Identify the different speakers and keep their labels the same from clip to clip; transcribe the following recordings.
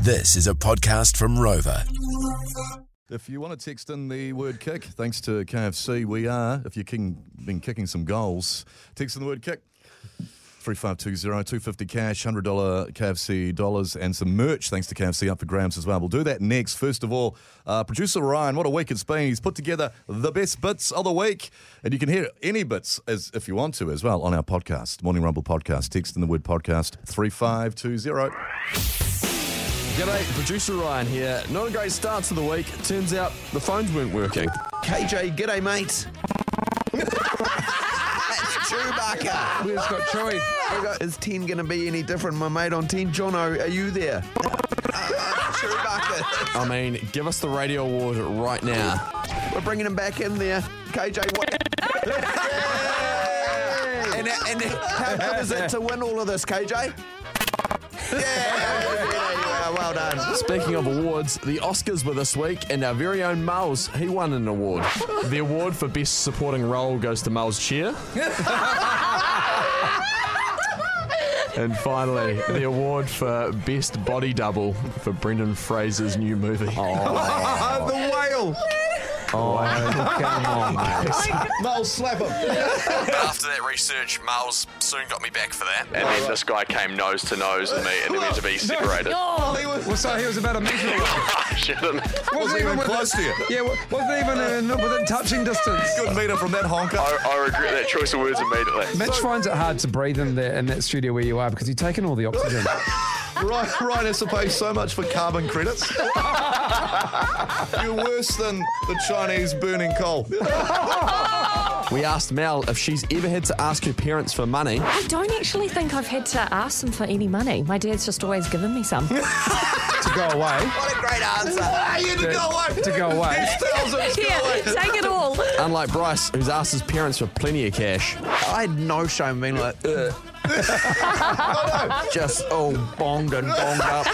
Speaker 1: This is a podcast from Rover.
Speaker 2: If you want to text in the word kick, thanks to KFC, we are, if you've king, been kicking some goals, text in the word kick. 3520 250 cash, $100 KFC dollars, and some merch thanks to KFC up for grabs as well. We'll do that next. First of all, uh, producer Ryan, what a week it's been. He's put together the best bits of the week, and you can hear any bits as if you want to as well on our podcast, Morning Rumble Podcast. Text in the word podcast 3520.
Speaker 3: G'day, producer Ryan here. Not a great start to the week. Turns out the phones weren't working.
Speaker 4: KJ, g'day, mate. That's Chewbacca.
Speaker 3: Where's got Chewy?
Speaker 4: I go, Is 10 going to be any different, my mate on 10? Jono, are you there? Chewbacca.
Speaker 3: I mean, give us the radio award right now.
Speaker 4: We're bringing him back in there. KJ, what? and, and how good is it to win all of this, KJ? Yeah. yeah, you are. Well done.
Speaker 3: Speaking of awards, the Oscars were this week, and our very own Miles, he won an award. The award for Best Supporting Role goes to Miles Cheer. and finally, the award for Best Body Double for Brendan Fraser's new movie.
Speaker 4: Oh,
Speaker 3: Oh.
Speaker 4: the whale.
Speaker 2: Noel, slap him.
Speaker 3: After that research, Miles soon got me back for that. And then this guy came nose to nose with me, and then we had to be separated.
Speaker 2: Oh.
Speaker 5: Well, so he was about a metre away.
Speaker 2: Wasn't even close to you.
Speaker 5: Yeah, wa- wasn't even in, within touching distance.
Speaker 2: Good meter from that honker.
Speaker 3: I regret that choice of words immediately.
Speaker 5: Mitch finds it hard to breathe in there in that studio where you are because you've taken all the oxygen.
Speaker 2: Ryan, Ryan has to pay so much for carbon credits. You're worse than the Chinese burning coal.
Speaker 3: We asked Mel if she's ever had to ask her parents for money.
Speaker 6: I don't actually think I've had to ask them for any money. My dad's just always given me some.
Speaker 5: to go away.
Speaker 4: What a great answer.
Speaker 2: Ah, you to go away.
Speaker 5: To go away.
Speaker 2: These thousands go
Speaker 6: yeah,
Speaker 2: away.
Speaker 6: take it all.
Speaker 3: Unlike Bryce, who's asked his parents for plenty of cash.
Speaker 4: I had no shame being like, Ugh. just all bonged and bonged up.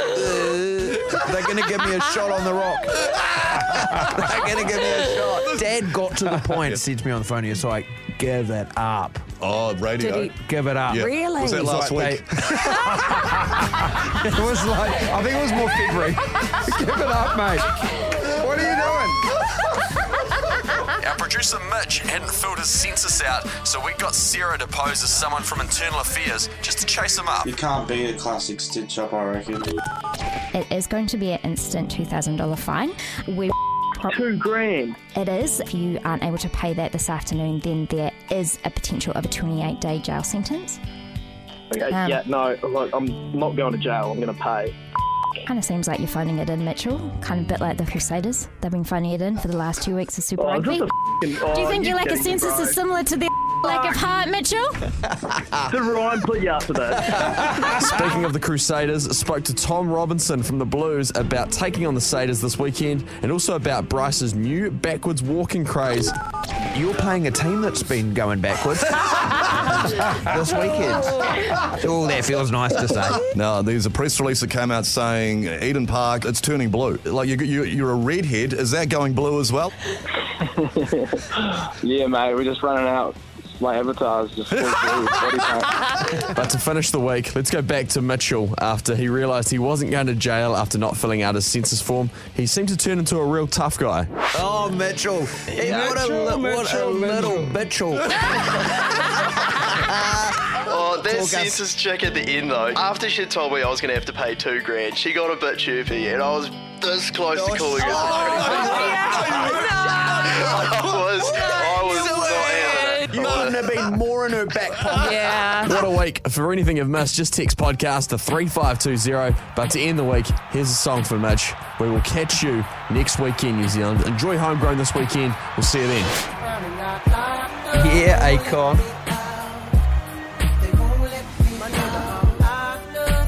Speaker 4: Ugh. They're gonna give me a shot on the rock. They're gonna give me a shot. Dad got to the point, said to me on the phone, he was like, give it up.
Speaker 2: Oh, radio.
Speaker 6: Did
Speaker 4: Give it up.
Speaker 2: Yeah.
Speaker 6: Really?
Speaker 2: Was that last
Speaker 4: Like
Speaker 2: week?
Speaker 5: It was like, I think it was more February. Give it up, mate. What are you
Speaker 7: Our producer Mitch hadn't filled his census out, so we got Sarah to pose as someone from Internal Affairs just to chase him up.
Speaker 8: You can't be a classic stitch up, I reckon.
Speaker 9: It is going to be an instant $2,000 fine. We
Speaker 10: Two grand.
Speaker 9: it is. If you aren't able to pay that this afternoon, then there is a potential of a 28 day jail sentence.
Speaker 10: Okay,
Speaker 9: Um,
Speaker 10: yeah, no, look, I'm not going to jail. I'm going to pay.
Speaker 9: Kind of seems like you're phoning it in, Mitchell. Kind of bit like the Crusaders. They've been phoning it in for the last two weeks of Super
Speaker 10: Oh,
Speaker 9: Rugby.
Speaker 10: just a f***ing- oh,
Speaker 9: Do you think
Speaker 10: you're
Speaker 9: your lack of
Speaker 10: kidding me,
Speaker 9: senses
Speaker 10: bro.
Speaker 9: is similar to their lack of heart, Mitchell?
Speaker 10: Did Ryan put you up to that?
Speaker 3: Speaking of the Crusaders, spoke to Tom Robinson from the Blues about taking on the Satyrs this weekend and also about Bryce's new backwards walking craze.
Speaker 4: You're playing a team that's been going backwards this weekend. Oh, that feels nice to say.
Speaker 2: No, there's a press release that came out saying Eden Park, it's turning blue. Like, you, you, you're a redhead. Is that going blue as well?
Speaker 10: yeah, mate, we're just running out. My avatars just full blue, body paint.
Speaker 3: But to finish the week, let's go back to Mitchell after he realised he wasn't going to jail after not filling out his census form. He seemed to turn into a real tough guy.
Speaker 4: Oh, Mitchell. Hey, what a,
Speaker 5: Mitchell,
Speaker 4: li- what a
Speaker 5: Mitchell,
Speaker 4: little Mitchell.
Speaker 11: Oh, that
Speaker 4: Talk us-
Speaker 11: census check at the end though. After she told me I was gonna have to pay two grand, she got a bit chirpy, and I was this close to calling her.
Speaker 4: Oh,
Speaker 11: I was, I was not having it.
Speaker 4: You
Speaker 5: Oh,
Speaker 4: wouldn't have been more in her back pocket.
Speaker 6: yeah.
Speaker 3: What a week. For anything you've missed, just text podcast to 3520. But to end the week, here's a song for Mitch. We will catch you next weekend, New Zealand. Enjoy homegrown this weekend. We'll see you then.
Speaker 4: Yeah, Akon.
Speaker 10: They won't let me out.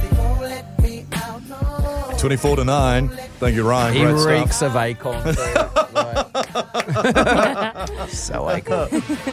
Speaker 10: They won't let me out. No.
Speaker 2: 24 to 9. Thank you, Ryan.
Speaker 4: He
Speaker 2: Great stuff.
Speaker 4: reeks of Akon. too. Right. so Akon.